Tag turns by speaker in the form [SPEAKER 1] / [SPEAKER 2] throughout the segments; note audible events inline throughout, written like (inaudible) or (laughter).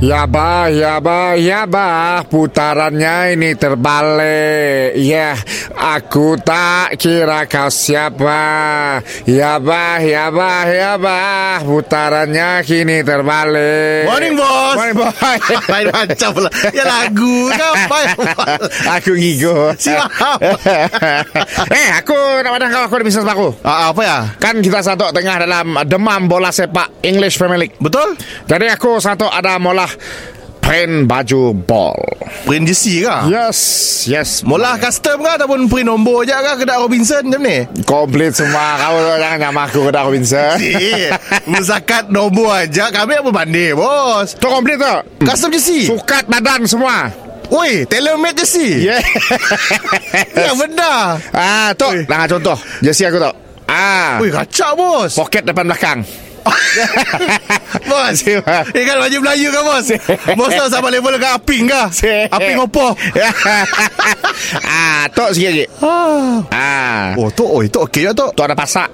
[SPEAKER 1] Ya bah, ya bah, ya bah Putarannya ini terbalik Ya, aku tak kira kau siapa Ya bah, ya bah, ya bah Putarannya kini terbalik
[SPEAKER 2] Morning, boss.
[SPEAKER 1] Morning boss
[SPEAKER 2] Lain macam pula Ya lagu kau Baik
[SPEAKER 1] (laughs) Aku gigo
[SPEAKER 2] Siap.
[SPEAKER 1] (laughs) Eh, aku nak pandang kau Aku ada bisnes baru
[SPEAKER 2] Ah, Apa ya
[SPEAKER 1] Kan kita satu tengah dalam demam bola sepak English Premier League
[SPEAKER 2] Betul
[SPEAKER 1] Jadi aku satu ada molah Print baju ball
[SPEAKER 2] Print JC ke
[SPEAKER 1] Yes Yes
[SPEAKER 2] Mola custom ke Ataupun print nombor je ke Kedai Robinson macam ni
[SPEAKER 1] Komplit semua Kau tu jangan nyamah aku ke Darwin sir
[SPEAKER 2] Eh Zakat nombor aja Kami apa pandai bos
[SPEAKER 1] Tu komplit tu
[SPEAKER 2] Custom JC
[SPEAKER 1] Sukat badan semua
[SPEAKER 2] Oi Tailor made JC
[SPEAKER 1] Yeah
[SPEAKER 2] Ya benar
[SPEAKER 1] (laughs) Ah tu
[SPEAKER 2] Ui.
[SPEAKER 1] Nah contoh Jersey aku tu Ah
[SPEAKER 2] Oi kacau bos
[SPEAKER 1] Poket depan belakang (laughs)
[SPEAKER 2] Bos
[SPEAKER 1] Siap.
[SPEAKER 2] Eh kan baju Melayu kan bos Bos tahu sama level dengan Aping kah
[SPEAKER 1] Siap.
[SPEAKER 2] Aping opo
[SPEAKER 1] Ah tu sikit lagi
[SPEAKER 2] Ah.
[SPEAKER 1] Ah
[SPEAKER 2] Oh tu oi tu okey ya tu
[SPEAKER 1] Tu ada pasak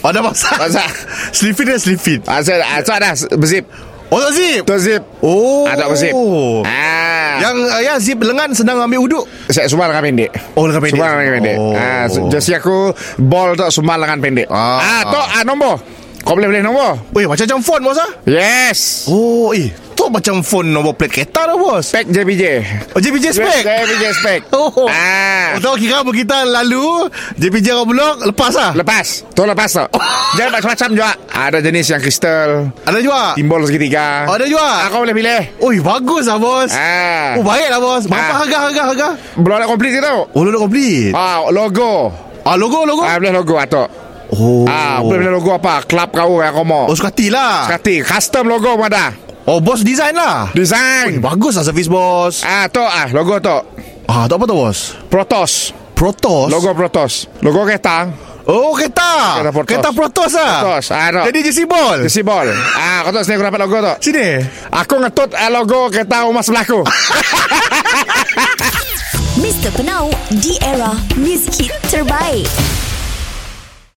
[SPEAKER 2] Oh dah masak
[SPEAKER 1] Masak.
[SPEAKER 2] Slipin dia slipin
[SPEAKER 1] Ah so, ah, so ada berzip
[SPEAKER 2] Oh tak zip
[SPEAKER 1] Tu zip
[SPEAKER 2] Oh
[SPEAKER 1] Ah tak berzip Ah
[SPEAKER 2] Yang uh, ya zip lengan sedang ambil uduk
[SPEAKER 1] Saya sumar lengan pendek
[SPEAKER 2] Oh, lengan pendek.
[SPEAKER 1] Sumar lengan pendek
[SPEAKER 2] Oh.
[SPEAKER 1] ah, so, Jersey aku Ball tu sumar lengan pendek
[SPEAKER 2] Ah.
[SPEAKER 1] Ah, tu ah, nombor Kau boleh pilih nombor
[SPEAKER 2] Weh macam-macam font bos ah
[SPEAKER 1] Yes
[SPEAKER 2] Oh eh Tu macam font nombor plate kereta dah bos
[SPEAKER 1] Spek JBJ
[SPEAKER 2] Oh JPJ spec
[SPEAKER 1] JBJ spek
[SPEAKER 2] (laughs) Oh
[SPEAKER 1] ah.
[SPEAKER 2] Oh tahu kira apa kita lalu JPJ kau blok lepas ah
[SPEAKER 1] Lepas Tu lepas
[SPEAKER 2] (laughs)
[SPEAKER 1] tu Jangan macam-macam juga Ah, Ada jenis yang kristal
[SPEAKER 2] Ada juga
[SPEAKER 1] Timbol segitiga
[SPEAKER 2] Oh, ada
[SPEAKER 1] ah,
[SPEAKER 2] juga?
[SPEAKER 1] Kau boleh pilih
[SPEAKER 2] Oi bagus lah bos
[SPEAKER 1] ah.
[SPEAKER 2] Oh baik lah bos Berapa
[SPEAKER 1] Ah.
[SPEAKER 2] harga harga harga
[SPEAKER 1] Belum ada komplit ke tau
[SPEAKER 2] Oh lu nak complete
[SPEAKER 1] ah, Logo
[SPEAKER 2] Ah logo logo
[SPEAKER 1] ah, Boleh logo atok
[SPEAKER 2] Oh
[SPEAKER 1] ah, Boleh pilih logo apa Club kau yang kau mau
[SPEAKER 2] Oh suka hati lah
[SPEAKER 1] Sekati Custom logo pun ada
[SPEAKER 2] Oh bos design lah Oi,
[SPEAKER 1] Design
[SPEAKER 2] Bagus lah servis bos
[SPEAKER 1] Ah, tu ah, logo tu.
[SPEAKER 2] Ah tak apa tu bos
[SPEAKER 1] Protos.
[SPEAKER 2] Protos
[SPEAKER 1] Logo Protos. Logo kereta.
[SPEAKER 2] Oh kereta
[SPEAKER 1] Kereta Protos.
[SPEAKER 2] Kereta Protos lah
[SPEAKER 1] Protos, ah, tak.
[SPEAKER 2] Jadi JC Ball
[SPEAKER 1] Isi bol. Ah, kau tak sini aku dapat logo tu.
[SPEAKER 2] Eh. Sini
[SPEAKER 1] Aku ngetut ah, logo kereta rumah sebelah aku.
[SPEAKER 3] Mr. Penau, di era music hit terbaik.